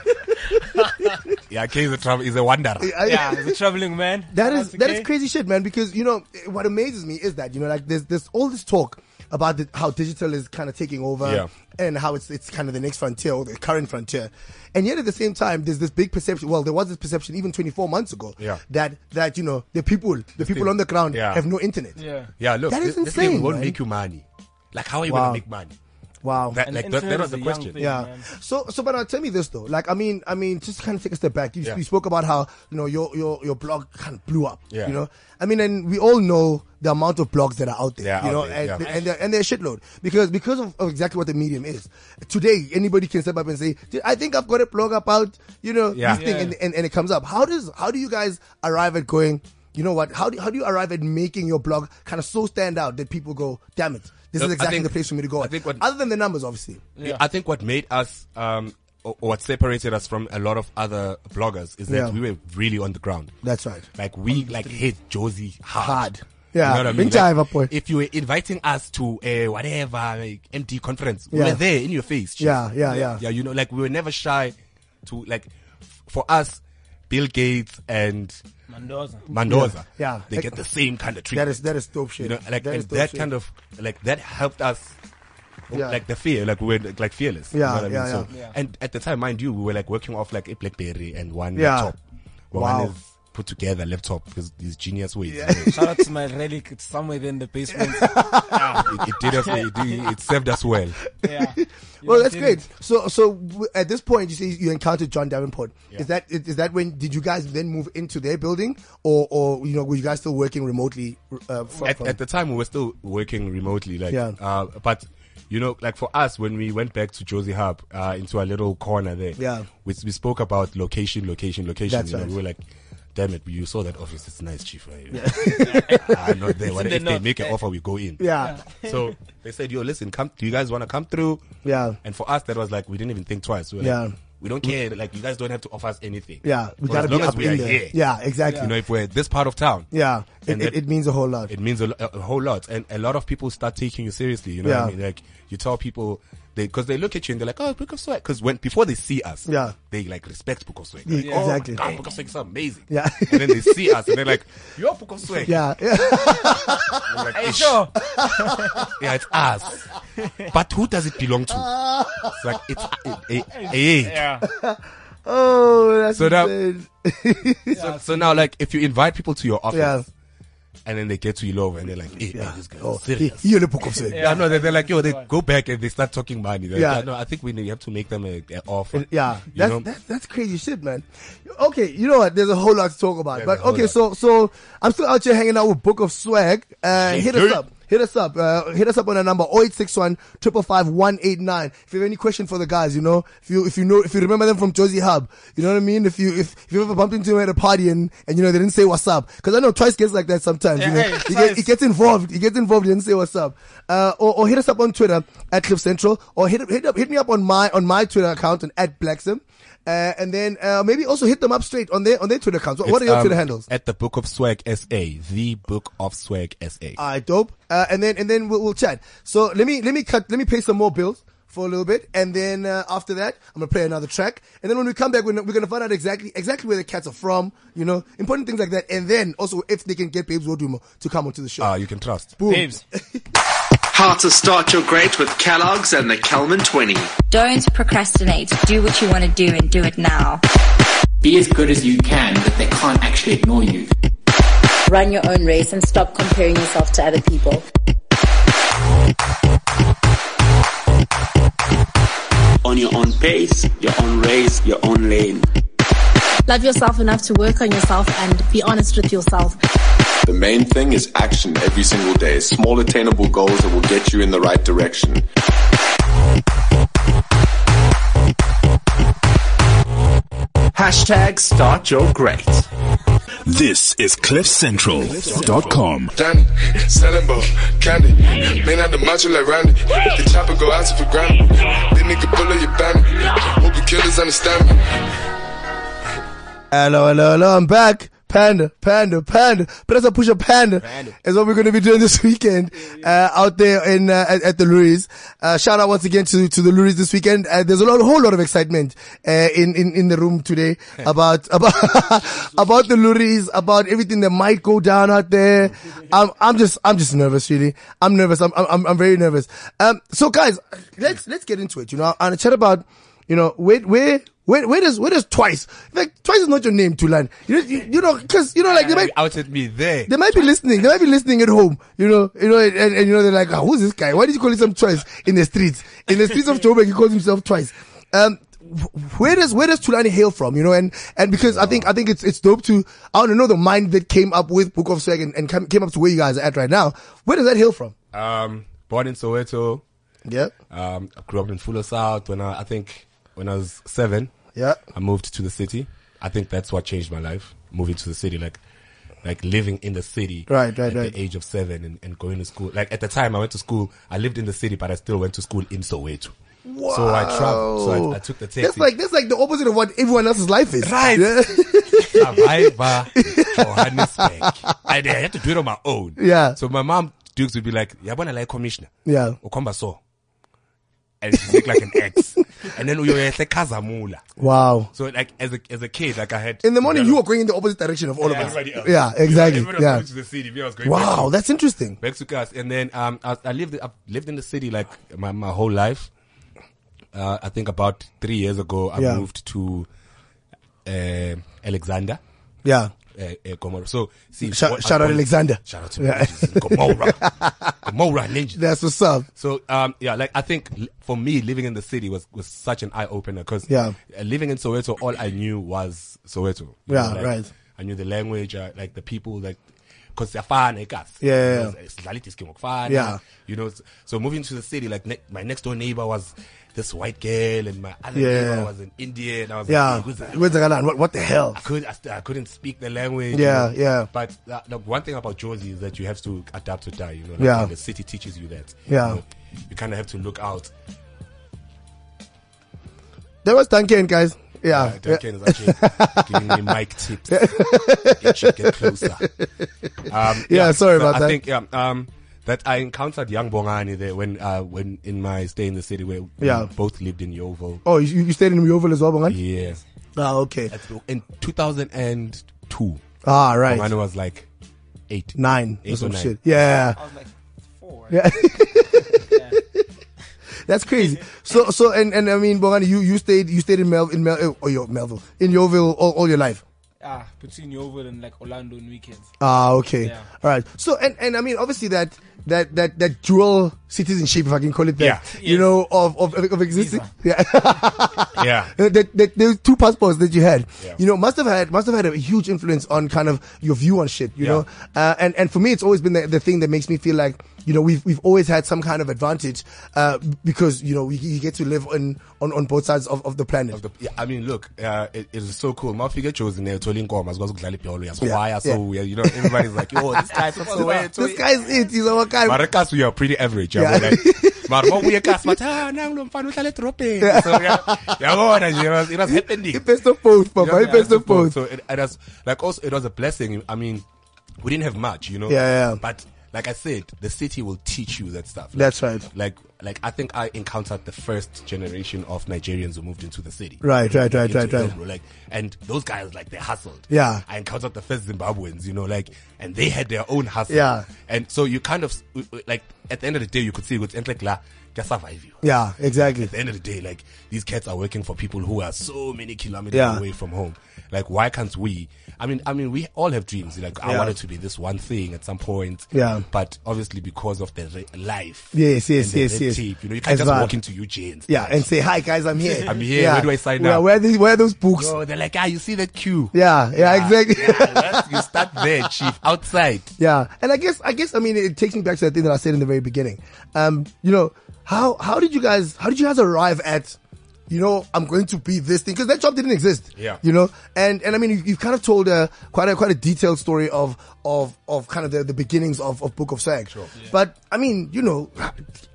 Yeah, Kay is a travel is a wonder.
Yeah, he's a traveling man.
That
Shout
is
out to
that
K.
is crazy shit, man. Because you know eh, what amazes me is that you know like there's there's all this talk about the, how digital is kind of taking over
Yeah.
and how it's it's kind of the next frontier or the current frontier, and yet at the same time there's this big perception. Well, there was this perception even 24 months ago
Yeah.
that that you know the people the people on the ground
Yeah.
have no internet.
Yeah.
Yeah, look,
That is
this, this thing
insane,
won't
man.
make you money. Like, how are you
Wow.
gonna make money?
Wow.
That,
And
like, that,
internet
that was
is
the
a young
question.
thing.
yeah.
man.
So, so, but now tell me this though. Like, I mean, I mean, just kind of take a step back. You,
Yeah.
you spoke about how you know your your your blog kind of blew up.
Yeah.
You know, I mean, and we all know the amount of blogs that are out there.
Yeah,
you
out
know,
there,
and,
yeah.
and they're, and they're shitload because because of, of exactly what the medium is today. Anybody can step up and say, "Dude, I think I've got a blog about you know
Yeah.
this thing,
Yeah.
and, and and it comes up. How does how do you guys arrive at going? You know what? How do, how do you arrive at making your blog kind of so stand out that people go, damn it, this
Look,
is
I
exactly
think-
the place for me to go?
I
on."
think what-
Other than the numbers, obviously.
Yeah.
I think what made us, um, or or what separated us from a lot of other bloggers is that
Yeah.
we were really on the ground.
That's right.
Like we like hit Josie hard.
Hard. Yeah,
You know what I
big
mean?
time,
Like,
boy.
if you were inviting us to a whatever like, MD conference, we
Yeah.
were there in your face. chief.
Yeah, yeah, yeah.
Yeah, you know, like we were never shy to like f- for us, Bill Gates and
Mendoza.
Mendoza.
Yeah, yeah.
They
Like-
get the same kind of treatment.
That is that is dope shit.
You know, like
that
and
is dope
that
shit.
kind of like that helped us.
Yeah.
Like the fear, like we were like fearless.
Yeah,
you know what
yeah,
I mean? So,
yeah. Yeah.
And at the time, mind you, we were like working off like a BlackBerry and one
Yeah.
laptop. Well,
Wow.
One is put together laptop because these genius ways. you know.
Shout out to my relic. It's somewhere there in the basement.
it, it did us. It, did- it served us well.
Yeah.
well, that's
did
great.
it.
So, so w- at this point, you say you encountered John Davenport.
Yeah.
Is that is that when did you guys then move into their building, or or you know were you guys still working remotely? Uh, from,
At,
from-
at the time, we were still working remotely. Like,
Yeah.
uh, but you know, like for us, when we went back to Josie Hub uh, into our little corner there,
Yeah.
we, we spoke about location, location, location.
That's
you know,
right.
we were like. Damn it! You saw that office. It's nice, chief. I'm not there. What
in
if
the
they
north.
make an offer? We go in.
yeah,
So they said, "Yo, listen, come. Do you guys want to come through?"
Yeah.
And for us, that was like we didn't even think twice. We were
Yeah.
like, we don't care. Like you guys don't have to offer us anything.
yeah, we
For
gotta
as long
be
as
up
we
in
are
there.
here.
Yeah, exactly.
You know, if we're this part of town,
yeah, it,
And
it,
that-
it means a whole lot.
it means a, lo- a whole lot, and a lot of people start taking you seriously. You know,
Yeah.
what I mean, like you tell people they because they look at you and they're like, "Oh, Book of Swag," because when before they see us,
Yeah.
they like respect Book of Swag.
Yeah,
Like, "Oh my
exactly.
God, Book of Swag is amazing.
Yeah.
and then they see us and they're like, "You're Book of Swag."
yeah, yeah,
And we're like,
Are you
"Ish."
sure?
Yeah, it's us. but who does it belong to? It's like it's eh, eh, eh.
Yeah.
oh, that's
So now-
insane.
So, so now, like, if you invite people to your office
yeah.
and then they get to Ilova and they're like, eh, eh, this guy is
Oh, he,
serious.
he only book of yeah.
Yeah, no, they're, they're like, yo, they go back and they start talking money. They're
Yeah.
like, no, I think we need, you have to make them a, a offer.
Yeah,
You
that's,
know?
that's that's crazy shit, man. Okay, you know what? There's a whole lot to talk about,
There's
but
a whole
okay,
lot.
so so I'm still out here hanging out with Book of Swag. Uh, hit us
yeah.
up, hit us up. Uh, hit us up on our number 0861 555 189. If you have any question for the guys, you know, if you, if you know, if you remember them from Josie Hub, you know what I mean? If you, if, if you ever bumped into them at a party and, and you know, they didn't say what's up. Cause I know Twice gets like that sometimes. you know?
hey,
he, get- he
Twice.
gets involved. He gets involved. He didn't say what's up. Uh, or, or hit us up on Twitter at Cliff Central or hit, hit up, hit me up on my, on my Twitter account and at Blacksim. Uh, and then, uh, maybe also hit them up straight on their, on their Twitter accounts. What, what are
It's,
your
um,
Twitter handles?
At the Book of Swag SA. The Book of Swag SA.
All right, dope. Uh, and then and then we'll, we'll chat. So let me let me cut let me pay some more bills for a little bit, and then uh, after that I'm gonna play another track. And then when we come back, we're, we're gonna find out exactly exactly where the cats are from. You know, important things like that. And then also if they can get Babes Wodumo to come onto the show.
Ah, you can trust.
Boom.
Babes.
How to start your great with Kellogg's and the Kelman 20.
Don't procrastinate. Do what you want to do and do it now.
Be as good as you can, but they can't actually ignore you.
Run your own race and stop comparing yourself to other people.
on your own pace, your own race, your own lane.
Love yourself enough to work on yourself and be honest with yourself.
The main thing is action every single day. Small attainable goals that will get you in the right direction.
Hashtag start your great.
This is CliffCentral.com.
Danny, Salambo, Candy, man out the macho like Randy. The chopper go out for granted. Big nigga bullet your banner. Hope the killers understand me.
Hello, hello, hello. I'm back. Panda, panda, panda. Press a push a panda. Is what we're going to be doing this weekend, uh, out there in, uh, at, at the Luries. Uh, shout out once again to, to the Luries this weekend. Uh, there's a lot, a whole lot of excitement, uh, in, in, in the room today about, about, about the Luries, about everything that might go down out there. I'm, I'm just, I'm just nervous really. I'm nervous. I'm, I'm, I'm very nervous. Um, so guys, let's, let's get into it. You know, and chat about, you know, where, where, where, where does, where does twice? Like, twice is not your name, Tulan. You, know- you, you know, cause, you know, like, they might,
Outed me there.
they might be listening. They might be listening at home. You know, you know, and, and, you know, they're like, "Ah, who's this guy? Why did you call him twice in the streets? In the streets of Joburg, he calls himself twice. Um, wh- where does where does Tulani hail from? You know, and and because I think I think it's it's dope to I want to know the mind that came up with Book of Swag and, and came, came up to where you guys are at right now. Where does that hail from?
Um, born in Soweto.
Yeah,
Um, I grew up in Fuller South when I, I think when I was seven.
Yeah.
I moved to the city. I think that's what changed my life. Moving to the city, like, like living in the city.
Right, right,
at
right.
the age of seven and, and going to school. Like at the time I went to school, I lived in the city, but I still went to school in Soweto. Wow. So I traveled. So I, I took the taxi.
That's like that's like the opposite of what everyone else's life is.
Right.
Yeah.
Survivor Johannesburg. And I had to do it on my own.
Yeah.
So my mom, Dukes, would be like, Yabona like commissioner.
Yeah.
Okomba so. And she'd make like an X. And then we were like, Kazamula.
Wow.
So like as a, as a kid, like I had.
In the morning, you were going in the opposite direction of all
Yeah,
of us.
everybody else.
Yeah, exactly.
Everybody was
Yeah.
going to the city. Me, I was going back
Wow,
to-
that's interesting.
back to class. And then um, I, I lived I lived in the city like my, my whole life. Uh, I think about three years ago, I
Yeah.
moved to uh, Alexander.
Yeah.
Uh, uh, Gomorrah. So see,
Shout-
what-
shout out
what-
Alexander.
Shout out to
Yeah.
ninjas in Gomorrah, Gomorrah ninjas.
That's what's up.
So um yeah, like I think l- for me living in the city was was such an eye opener because
Yeah.
living in Soweto, all I knew was Soweto. You
Yeah,
like,
right.
I knew the language, uh, like the people, like because they're far niggas.
Yeah, yeah, yeah. Yeah.
yeah. You know, s- so moving to the city, like ne- my next door neighbor was this white girl, and my other
Yeah.
neighbor was an Indian. I was
Yeah.
like, hey, who's that?
Where's the Galan? What, what the hell?
I could I, st- I couldn't speak the language.
Yeah,
you know.
yeah.
But uh, look, one thing about Josie is that you have to adapt to die. You know, like,
Yeah.
The city teaches you that.
Yeah.
You, kind of have to look out.
That was Duncan, guys. Yeah.
Uh, Duncan is actually giving me mic tips. get, you- get closer. Um,
Yeah, sorry about
I
that.
think yeah, um, that I encountered young Bongani there when uh, when in my stay in the city where
Yeah.
we both lived in Yeovil.
Oh, you, you stayed in Mioval as well, Bongan?
Yeah.
Ah, okay.
That's in 2002.
Ah, right.
Bongani was like eight.
Nine or
Eight
some
or nine.
shit. Yeah.
I was like, four.
Yeah. That's crazy. So, so, and, and I mean, Bongan, you, you stayed, you stayed in Mel, in Mel, or your Melville, in Yeovil all, all your life.
Ah, between Yeovil and like Orlando on weekends.
Ah, okay.
Yeah.
All right. So, and, and I mean, obviously that, that, that, that dual citizenship, if I can call it that,
Yeah.
you
Yes.
know, of, of, of existing. Yeah.
Yeah.
Uh, that, that those two passports that you had,
Yeah.
you know, must have had must have had a huge influence on kind of your view on shit, you
Yeah.
know. Uh, and and for me, it's always been the, the thing that makes me feel like you know, we've, we've always had some kind of advantage, uh, because, you know, we, you get to live on, on, on both sides of, of the planet.
yeah, I mean, look, uh, it, it is so cool. Mafika chose in there, Tolin Koma, because Glali Piolo, yes,
Yeah,
why are so
yeah.
weird? You know, everybody's like, yo, this guy's so weird. so
this guy's it. He's our guy.
Maracas, we are pretty average. Yeah.
Yeah.
Like, Mara, what we are cast, but, ah, now I'm fine with that dropping. So, yeah, yeah, go on, and it was, it was happening.
Best of both, Papa.
Yeah,
best of both.
So it, it was like also it was a blessing. I mean, we didn't have much, you know.
Yeah, yeah.
But like I said, the city will teach you that stuff. Like,
That's right.
Like like I think I encountered the first generation of Nigerians who moved into the city.
Right, right, right,
Into
right, right.
Elbro, Like and those guys like they hustled.
Yeah.
I encountered the first Zimbabweans, you know, like and they had their own hustle.
Yeah.
And so you kind of like at the end of the day you could see it's like la just survive you.
Yeah, exactly.
At the end of the day, like these cats are working for people who are so many kilometers
Yeah.
away from home. Like, why can't we? I mean, I mean, we all have dreams. Like, I
Yeah.
wanted to be this one thing at some point.
Yeah.
But obviously, because of the re- life.
Yes, yes,
and the
yes,
red
yes.
tape, you know, you can't
As
just
well.
walk into Eugene's.
Yeah, and say, hi guys, I'm here.
I'm here.
Yeah.
Where do I sign
Where-
up?
Where, are these- where are those books?
Yo, they're like, ah, you see that queue?
Yeah, yeah, exactly.
Yeah, that's- you start there, chief, outside.
Yeah, and I guess I guess I mean it takes me back to the thing that I said in the very beginning. Um, you know how how did you guys how did you guys arrive at, you know, I'm going to be this thing because that job didn't exist.
Yeah.
you know, and and I mean you, you've kind of told a quite a quite a detailed story of of of kind of the, the beginnings of, of Book of Sag. Sure. But I mean you know,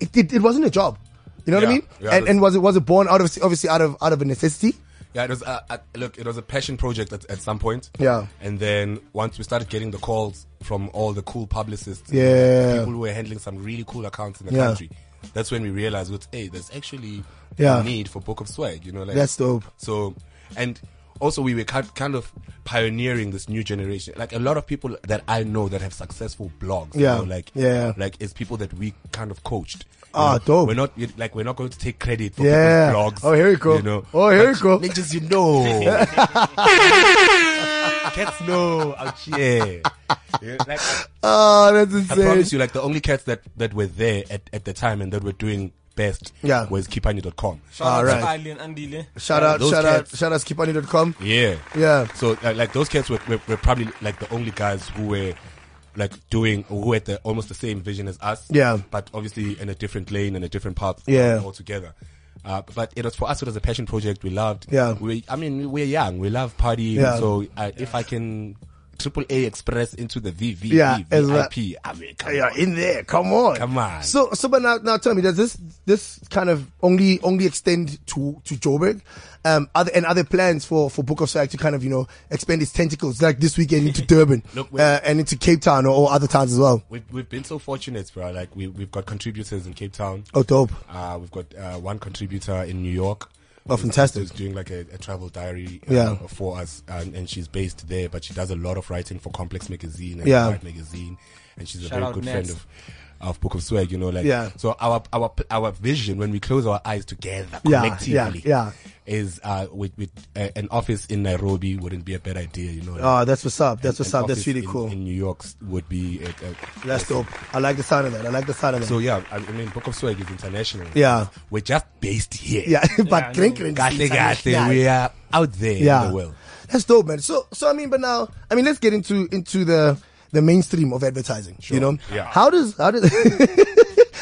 it it, it wasn't a job. You know what I
Yeah,
mean?
yeah.
and and was it was it born out of obviously out of out of a necessity?
Yeah, it was. Uh, uh, look, it was a passion project at, at some point.
Yeah.
And then once we started getting the calls from all the cool publicists,
Yeah.
people who were handling some really cool accounts in the
Yeah.
country, that's when we realized, that, hey, there's actually
Yeah.
a need for Book of Swag. You know, like
That's dope.
So, and also we were ki- kind of pioneering this new generation. Like a lot of people that I know that have successful blogs. you
Yeah.
know, like
Yeah.
like it's people that we kind of coached. you
Ah,
know.
dope.
We're not like we're not going to take credit for
Yeah.
people's blogs.
Oh, here we go.
You know,
Oh, here we
But
go.
Ninjas, you know. cats know out here. Yeah, like, I,
Oh, that's
I
insane.
promise you, like the only cats that, that were there at, at the time and that were doing best
Yeah.
was Kipani.com.
Shout out
Alright.
to Ali and Andile.
Ah, Shout out,
Those
shout out,
cats.
shout out, skipani.com.
Yeah.
Yeah.
So uh, like those cats were, were, were probably like the only guys who were like doing who had the, almost the same vision as us.
Yeah.
But obviously in a different lane and a different path.
Yeah.
Altogether. Uh, but it was for us. It was a passion project. We loved.
Yeah.
We. I mean, we're young. We love partying.
Yeah.
So uh, if I can. Triple A Express into the VV,
Yeah, as well.
VIP. I mean, come
Yeah,
on.
in there. Come on.
Come on.
So, so, but now, now tell me, does this, this kind of only, only extend to, to Joburg? Um, other, and other plans for, for Book of Swag to kind of, you know, expand its tentacles, like this weekend into Durban,
Look,
uh,
we're-
and into Cape Town or, or other towns as well.
We've, we've been so fortunate, bro. Like we we've got contributors in Cape Town.
Oh, dope.
Uh, we've got uh, one contributor in New York.
Oh,
who's-
fantastic.
Who's doing like a, a travel diary uh,
Yeah.
for us, and, and she's based there, but she does a lot of writing for Complex Magazine and
Yeah.
Vibe Magazine, and she's a
Shout
very
out
good
Nats.
friend of. Of Book of Swag, you know, like
Yeah.
so our our our vision when we close our eyes together
Yeah,
collectively,
yeah, yeah.
is uh with with uh, an office in Nairobi wouldn't be a bad idea, you know.
Oh, that's what's up. That's
an
what's up. That's
office
really
in-
cool.
In New York would be a, a,
That's dope. I like the sound of that. I like the sound of that.
so yeah, I I mean, Book of Swag is international.
Yeah.
we're just based here.
yeah, but
I
clink,
know.
clink,
Kahle, kahle, we are out there in the world.
That's dope, man. So, so I mean, but now, I mean, let's get into into the the mainstream of advertising. You know,
Yeah.
how does how does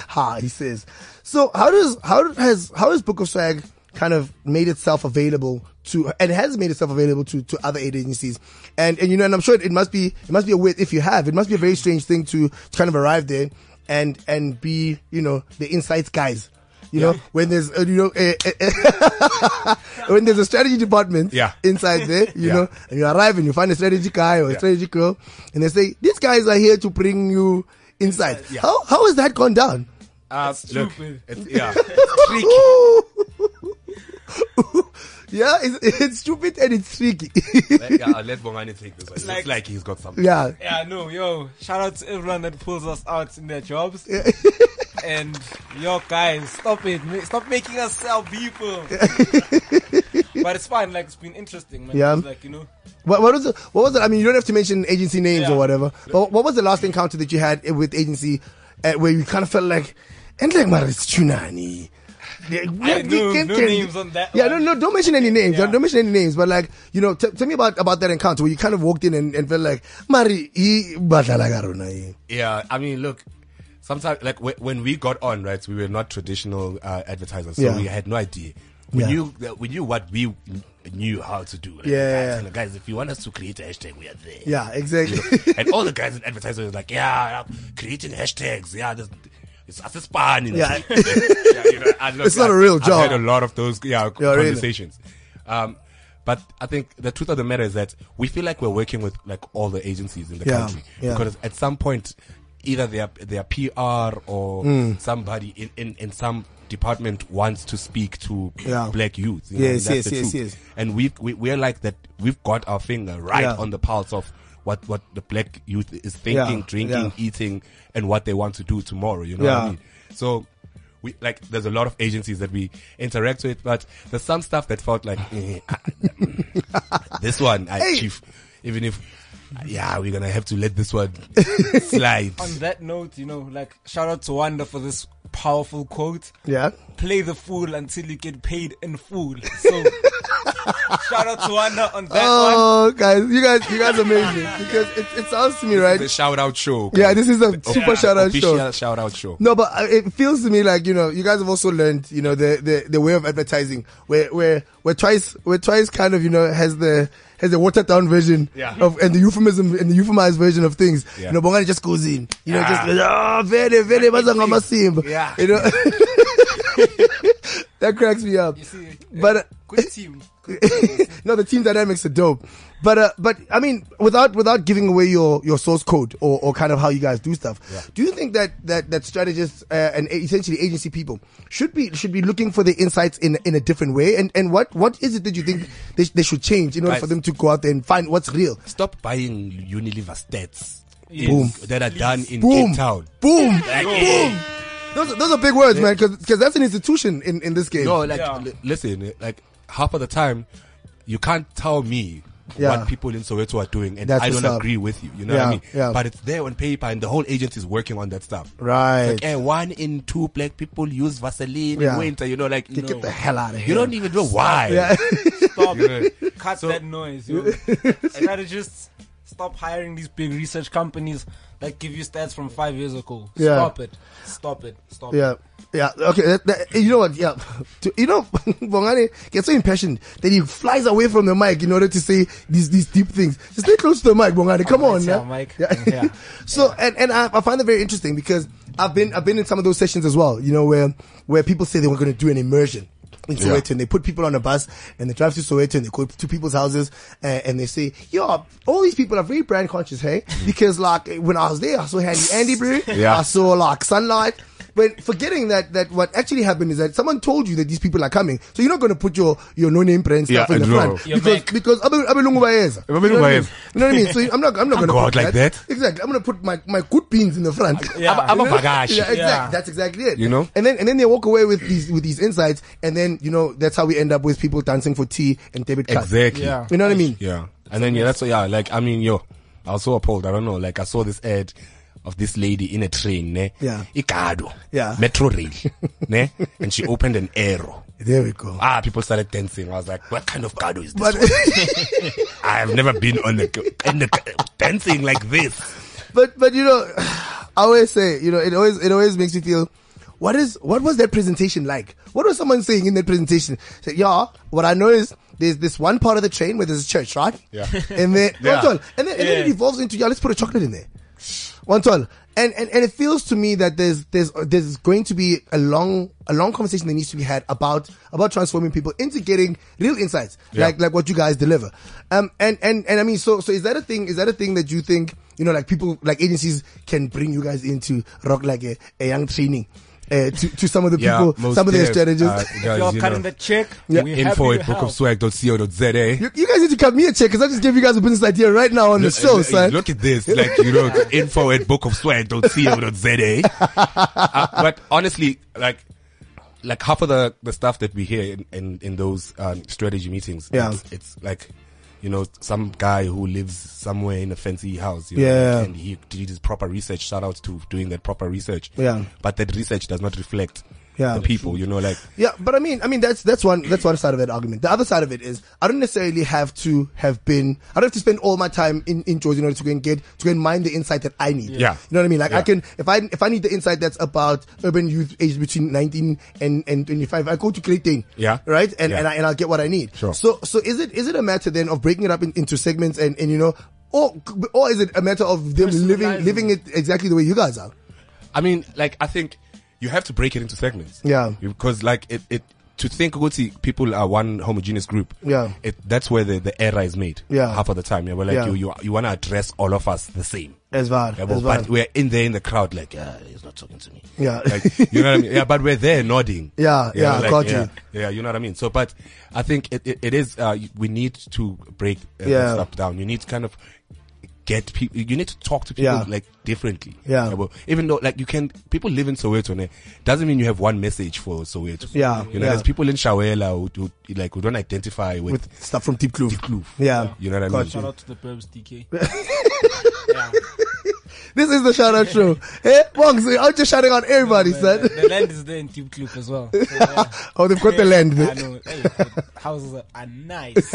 ha? He says. So how does how has how has Book of Swag kind of made itself available to and has made itself available to to other aid agencies and and you know and I'm sure it, it must be it must be a weird if you have it must be a very strange thing to, to kind of arrive there and and be you know the insights guys. You know, when there's, uh, you know, eh, eh, eh, when there's a strategy department
Yeah.
inside there, you
Yeah.
know, and you arrive and you find a strategy guy or a
Yeah.
strategy girl, and they say, these guys are here to bring you insight.
Yeah.
How, how has that gone down?
Uh, look,
stupid.
it's, yeah,
yeah, it's, it's stupid and it's tricky.
Let- yeah, I'll let Bongani take this. One. It looks like,
like-
he's got something.
yeah.
Yeah, no, yo. Shout out to everyone that pulls us out in their jobs. and yo, guys, stop it. ma- Stop making us sell people. but it's fine. Like, it's been interesting, man.
Yeah.
It's Like, you know,
What, what was the, what was it? I mean, you don't have to mention agency names
Yeah.
or whatever, but what was the last encounter that you had with agency uh, where you kind of felt like, and like, man, it's Chunani. Yeah, we- we
no-
can-
no
can-
names on that
Yeah,
one.
no, no, don't mention any names.
Yeah.
Don't mention any names. But like, you know, t- tell me about about that encounter where you kind of walked in and, and felt like, Mari, he badlala ka rona, eh."
yeah. I mean, look, sometimes like wh- when we got on, right, we were not traditional uh, advertisers, so
Yeah.
we had no idea. We
Yeah.
knew that we knew what we knew how to do. Like,
Yeah, yeah,
guys,
yeah.
guys, if you want us to create a hashtag, we are there.
Yeah, exactly.
You know, and all the guys in advertising was like, yeah, yeah, creating hashtags, yeah, this, it's us it's fun. you know.
Yeah.
you know, I look-
It's not
I-
a real
I've
job.
had a lot of those yeah,
Yeah, really.
conversations. Um, but I think the truth of the matter is that we feel like we're working with like all the agencies in the
Yeah,
country
yeah.
because at some point, either their their PR or
Mm.
somebody in, in, in some department wants to speak to
Yeah.
black youth. you
Yes,
and that's
yes,
the
yes,
truth.
yes.
And we've, we we're like that. We've got our finger right
Yeah.
on the pulse of what what the black youth is thinking,
Yeah,
drinking,
yeah.
eating, and what they want to do tomorrow. You know what
Yeah.
I mean? So. We, like there's a lot of agencies that we interact with, but there's some stuff that felt like eh, ah, mm, this one, I,
Hey.
chief. Even if, yeah, we're gonna have to let this one slide.
On that note, you know, like shout out to Wanda for this powerful quote.
Yeah.
Play the fool until you get paid in full. So shout out to Wanda on that one.
Oh, guys, you guys, you guys are amazing because it, it sounds to me right.
The shout out show.
Yeah, this is a
The
super shout-out show.
Official shout out show.
No, but uh, it feels to me like you know you guys have also learned you know the the, the way of advertising where where where twice where twice kind of you know has the has the watered down version
Yeah.
of and the euphemism and the euphemized version of things.
Yeah.
You know, Bongani just goes in. You know, just
Ah.
oh, very very mazangamasimba.
Yeah.
You know. That cracks me up. but uh,
good team.
no, the team dynamics are dope. But uh, but I mean, without without giving away your, your source code or, or kind of how you guys do stuff, do you think that that that strategists uh, and essentially agency people should be should be looking for the insights in in a different way? And and what what is it that you think they, they should change in order
Guys.
for them to go out there and find what's real?
Stop buying Unilever stats.
Yes. Boom.
That are done in
Boom.
Cape Town.
Boom,
Like, eh,
boom. Those, are- those are big words, man, because that's an institution in, in this game.
No, like li- listen, like half of the time, you can't tell me
Yeah.
what people in Soweto are doing, and
That's
I
what's
don't
up.
agree with you. You know what
Yeah,
I mean?
yeah.
But it's there on paper, and the whole agency is working on that stuff.
Right.
It's like, eh, one in two black people use Vaseline
Yeah.
in winter. You know, like
Get-
no.
get the hell outta
You
here.
don't even know
Stop.
why.
Yeah.
Stop.
You know?
Cut that noise. Yo. Strategists, stop hiring these big research companies that give you stats from five years ago.
Yeah.
Stop it. Stop it. Stop
Yeah.
it.
Yeah. Okay. That, that, you know what? Yeah. To- You know, Bongani gets so impassioned that he flies away from the mic in order to say these these deep things. Just stay close to the mic, Bongani. Come on,
here,
yeah.
Mike.
Yeah.
I'm here.
so, and and I, I find that very interesting because I've been I've been in some of those sessions as well. You know, where where people say they were going to do an immersion. In
Yeah.
Soweto, and they put people on a bus, and they drive to Soweto, and they go to people's houses, and, and they say, "Yo, all these people are very brand conscious, hey?
Mm.
Because like when I was there, I saw Handy Andy Brew,
Yeah.
I saw like sunlight. But forgetting that that what actually happened is that someone told you that these people are coming, so you're not going to put your your no name brand stuff
Yeah,
in the
I know.
front
Your
because because Abe- Abelungu Bayeza. you know what I mean?
Bayeza.
You know what I mean? So I'm not I'm not going to
Can't go
put
out like that.
Exactly, I'm going to put my my good beans in the front.
Yeah. Ab-
You know?
Abavakashi.
Yeah, exactly.
Yeah.
That's exactly it.
You know?
and then and then they walk away with these with these insights, and then you know that's how we end up with people dancing for tea and debit cards.
Exactly.
You know what I mean?
Yeah. And then yeah, that's yeah. Like I mean, yo, I was so appalled. I don't know. Like I saw this ad of this lady in a train, ne?
Yeah.
Ikado.
Yeah.
Metro rail, ne? And she opened an arrow.
There we go.
Ah, people started dancing. I was like, what kind of Gado is this?
But
I have never been on the, in the dancing like this.
but but you know, I always say you know it always it always makes me feel. What is what was that presentation like? What was someone saying in that presentation? Say, yeah, what I know is there's this one part of the train where there's a church, right?
Yeah.
And then
Yeah.
Anton, and then, and then
Yeah.
it evolves into yeah, let's put a chocolate in there. One ton. And, and and it feels to me that there's there's there's going to be a long a long conversation that needs to be had about about transforming people into getting real insights
Yeah.
like like what you guys deliver. Um and and and I mean so so is that a thing is that a thing that you think you know like people like agencies can bring you guys into rock like a, a young training uh, to to some of the
Yeah,
people
most
some of their
def,
strategies.
uh, If guys, you're you cutting know. the
check,
yeah.
Info at bookofswag.co.za.
You, you guys need to cut me a check because I just gave you guys a business idea right now on the
Look-
show,
look-
son.
Look at this, like you know, info at bookofswag.co.za. eh? uh, but honestly, like, like half of the, the stuff that we hear in in, in those um, strategy meetings,
Yeah.
it's, it's like, you know, some guy who lives somewhere in a fancy house, you know,
Yeah.
and he did his proper research. Shout out to doing that proper research,
Yeah.
But that research does not reflect
Yeah.
the people. You know, like
Yeah, but I mean, I mean that's that's one that's one side of that argument. The other side of it is I don't necessarily have to have been I don't have to spend all my time in in chores in order to go and get to go and mine the insight that I need.
Yeah. Yeah.
you know what I mean. Like I
Yeah.
can if I if I need the insight that's about urban youth aged between nineteen and and twenty five, I go to Clayton.
Yeah.
right, and
Yeah.
and, I, and I'll get what I need.
Sure.
So so is it is it a matter then of breaking it up in, into segments and and you know. Or, or is it a matter of them living living it exactly the way you guys are?
I mean, like I think you have to break it into segments.
Yeah.
Because like it, it to think ukuthi people are one homogeneous group.
Yeah.
It, that's where the, the error is made.
Yeah.
Half of the time. Yeah. We're like
Yeah.
you you you wanna address all of us the same.
As well,
Yeah, but,
as well.
but we're in there in the crowd like yeah, he's not talking to me.
Yeah.
Like, you know what I mean? Yeah, but we're there nodding.
Yeah, yeah,
like,
got you.
yeah, Yeah, you know what I mean? So but I think it, it, it is uh, you- we need to break uh, that
Yeah.
stuff down. You need to kind of get people you need to talk to people
Yeah.
like differently.
Yeah.
but even though like you can people live in Soweto, ne, doesn't mean you have one message for Soweto.
Yeah,
you know,
yeah.
there's people in Shawela who, who like who don't identify with,
With stuff from Deep Kloof. Yeah.
you know what I mean.
Got you.
to the Burbs DK.
This is the shout out show. Hey, Wongs, I'm just shouting out everybody, son.
the land is there in Tube Club as well. So, yeah.
oh, they've got the land.
I know. Hey, the houses are, are nice.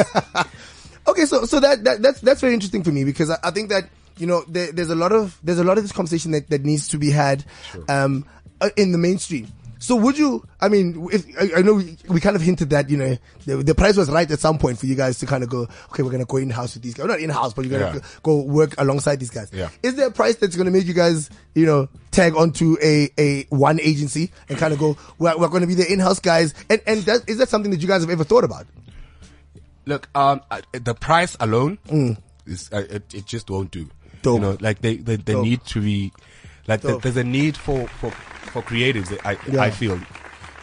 Okay, so so that, that that's that's very interesting for me because I, I think that you know there, there's a lot of there's a lot of this conversation that, that needs to be had, um, uh, in the mainstream. So would you? I mean, if I, I know we, we kind of hinted that you know the, the price was right at some point for you guys to kind of go, okay, we're gonna go in house with these guys, not in house, but you're gonna
Yeah.
go work alongside these guys.
Yeah.
Is there a price that's going to make you guys, you know, tag onto a, a one agency and kind of go, we're, we're going to be the in-house guys? And, and that, is that something that you guys have ever thought about?
Look, um, I- the price alone is uh, it, it just won't do.
Mm. Dope.
You know, like they they, they
Dope.
need to be like th-
Dope.
there's a need for for for creatives. I
Yeah.
I feel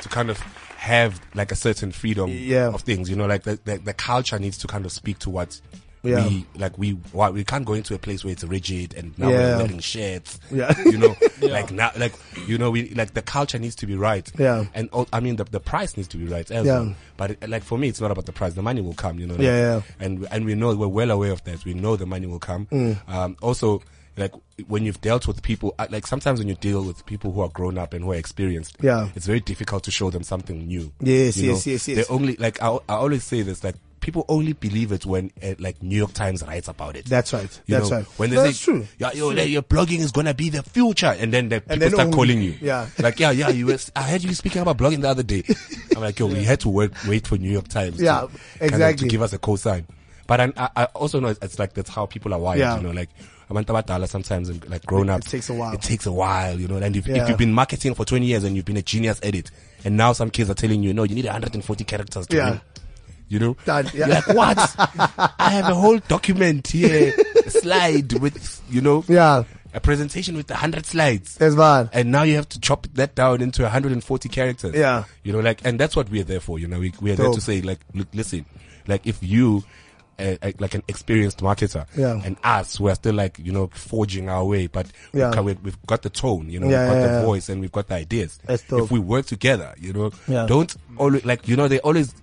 to kind of have like a certain freedom
Yeah.
of things. You know, like the, the the culture needs to kind of speak to what.
Yeah.
We like we why we can't go into a place where it's rigid and now
Yeah.
we're wearing shirts.
Yeah.
you know, like now, like you know, we like the culture needs to be right.
Yeah.
and all, I mean the the price needs to be right as
Yeah.
well. But it, like for me, it's not about the price. The money will come. You know,
Yeah, yeah.
and and we know we're well aware of that. We know the money will come.
Mm.
Um, also, like when you've dealt with people, uh, like sometimes when you deal with people who are grown up and who are experienced,
Yeah.
it's very difficult to show them something new.
Yes, yes, yes, yes.
They only like I, I always say this like. People only believe it when uh, like New York Times writes about it.
That's right.
You
That's
know,
right.
When they
That's
say,
true.
"Yeah, yo, like, your blogging is gonna be the future," and then the people
then
start
only-
calling you.
yeah.
Like, yeah, yeah, you. Was, I heard you speaking about blogging the other day. I'm like, yo, we had to work, wait for New York Times.
Yeah,
to, kind of
exactly.
to give us a cosign. But I, I I also know it's, it's like that's how people are wired.
Yeah.
You know, like. abantu abadala sometimes and like grown up
It takes a while.
it takes a while you know and if,
Yeah.
if you've been marketing for 20 years and you've been a genius at it and now some kids are telling you no you need 140 characters to
Yeah.
win you know
Done, yeah.
you're like what I have a whole document here, a slide with, you know,
Yeah.
a presentation with 100 slides.
As well.
And now you have to chop that down into 140 characters.
Yeah.
You know, like, and that's what we're there for, you know, we, we're there
Dope.
to say, like, look, listen, like, if you, uh, uh, like an experienced marketer
Yeah.
and us, we're still like, you know, forging our way, but we
Yeah.
ca- we, we've got the tone, you know,
Yeah,
we've got
yeah,
the
yeah.
voice and we've got the ideas.
That's dope.
If we work together, you know,
Yeah.
don't always, like, you know, they always,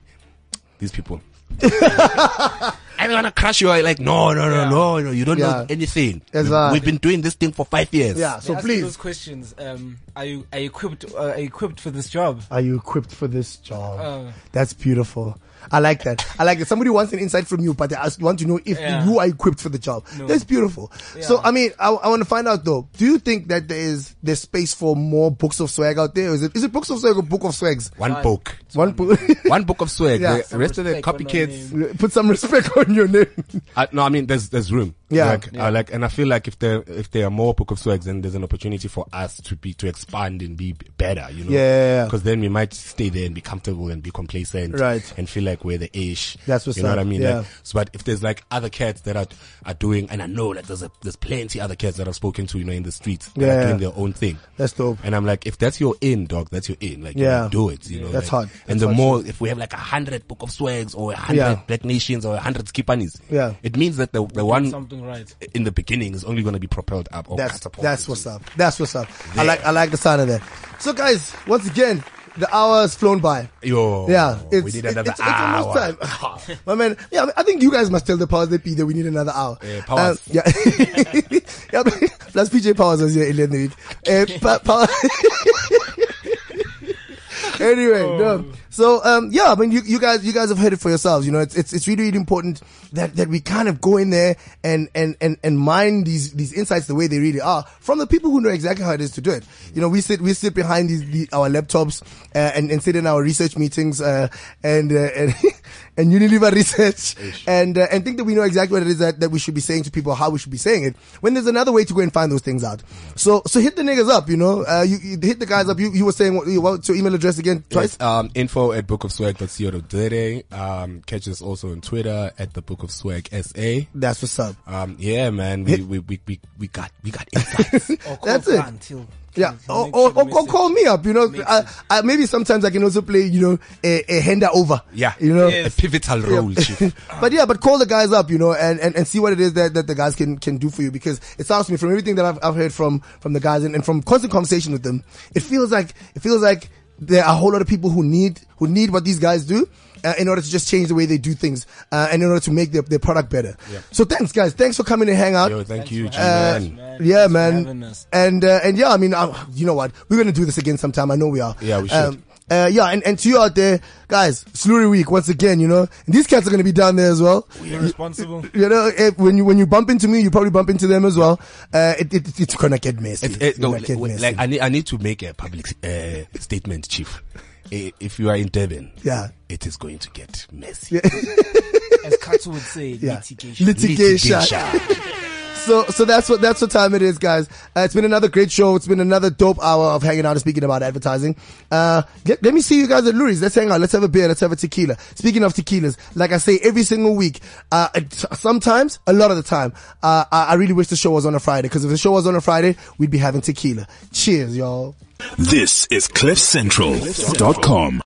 these people, I don't want to crush you. Like, no, no, no, no, no. You don't
Yeah.
know anything.
That's
We-
right.
We've been doing this thing for five years.
Yeah, so
They ask you those
please.
questions. Um, are you are you equipped? Uh, are you equipped for this job?
Are you equipped for this job?
Uh.
That's beautiful. I like that. I like it. Somebody wants an insight from you, but they ask, want to know if
Yeah.
you are equipped for the job. That's beautiful. So, I mean, I, I want to find out though. Do you think that there is there's space for more books of swag out there? Is it is it books of swag or book of swags?
One book.
One book.
One book of swag.
Yeah.
the rest of the
Respect on our
copycats.
Put some respect on your name.
I, no, I mean, there's there's room.
Yeah.
Like, I like, and I feel like if there if there are more book of swags, then there's an opportunity for us to be to expand and be better. You know.
Yeah, yeah, yeah.
Because then we might stay there and be comfortable and be complacent.
Right.
And feel like we're the ish.
That's what's
You know
up.
what I mean?
Yeah.
Like, so, but if there's like other cats that are are doing, and I know like there's a, there's plenty other cats that I've spoken to, you know, in the streets that
Yeah.
are doing their own thing.
That's dope.
And I'm like, if that's your in, dog, that's your in. Like,
Yeah.
yeah, do it. You know,
That's hard.
like-
That's
And the
hard
more, if we have like a hundred book of swags or a hundred
Yeah.
Black Nations or a hundred Skipanis,
Yeah.
it means that the the one
Something right.
in the beginning is only going to be propelled up
Oh,
or
That's
catapulted.
that's what's up. That's what's up. I
Yeah.
like I like the sound of that. So guys, once again, the hour has flown by.
Yo,
Yeah, it's,
we need
it-
another
it's, it's
hour.
almost time. My man, yeah, I mean, I think you guys must tell the powers that be that we need another hour.
Yeah, powers.
Um, yeah. yeah, Eh, plus PJ Powers was here earlier in the week. Uh, pa- power- anyway,
Oh.
no. So um, yeah, I mean, you, you guys, you guys have heard it for yourselves. You know, it's it's, it's really, really important that, that we kind of go in there and, and and and mine these these insights the way they really are from the people who know exactly how it is to do it. You know, we sit we sit behind these the, our laptops uh, and and sit in our research meetings uh, and uh, and. And Unilever research, and uh, and think that we know exactly what it is that, that we should be saying to people, how we should be saying it. When there's another way to go and find those things out, so so hit the niggas up, you know, uh, you, you hit the guys up. You, you were saying what, what's your email address again? Twice.
Yes, um, info at bookofswag.co.za. Um, catch us also on Twitter at the Book of Swag SA.
That's what's up.
Um, yeah, man, we, we, we, we, we got, we got insights.
That's it. yeah, Oh, or, or, or, or call me up. You know, I, I, maybe sometimes I can also play. You know, a, a hander over.
yeah.
you know,
a pivotal role, Chief.
but yeah, but call the guys up, you know, and, and, and see what it is that, that the guys can, can do for you because it sounds to me from everything that I've, I've heard from, from the guys and, and from constant conversation with them, it feels like, it feels like there are a whole lot of people who need, who need what these guys do. Uh, in order to just change the way they do things, uh, and in order to make their, their product better.
Yeah.
So thanks, guys. Thanks for coming to hang out.
Yo, thank you, G
Uh,
man.
yeah,
having
man.
us.
And uh, and yeah, I mean, uh, you know what? We're gonna do this again sometime. I know we are.
Yeah, we should.
uh, yeah, and, and to you out there, guys, Slurry Week once again. You know, and these cats are gonna be down there as well.
You're responsible.
You know, if, when you when you bump into me, you probably bump into them as well. Uh, it, it, it's gonna get messy.
It's, it, no,
gonna
like, like, I need, I need to make a public uh, statement, Chief. I- If you are in Durban,
Yeah.
it is going to get messy.
As Katsu would say,
Yeah.
litigation.
Litigation. so so that's what that's what time it is, guys. Uh, it's been another great show. It's been another dope hour of hanging out and speaking about advertising. Uh, let, let me see you guys at Lurie's. Let's hang out. Let's have a beer. Let's have a tequila. Speaking of tequilas, like I say every single week, uh, it- sometimes a lot of the time, uh, I, I really wish the show was on a Friday because if the show was on a Friday, we'd be having tequila. Cheers, y'all.
This is CliffCentral.com.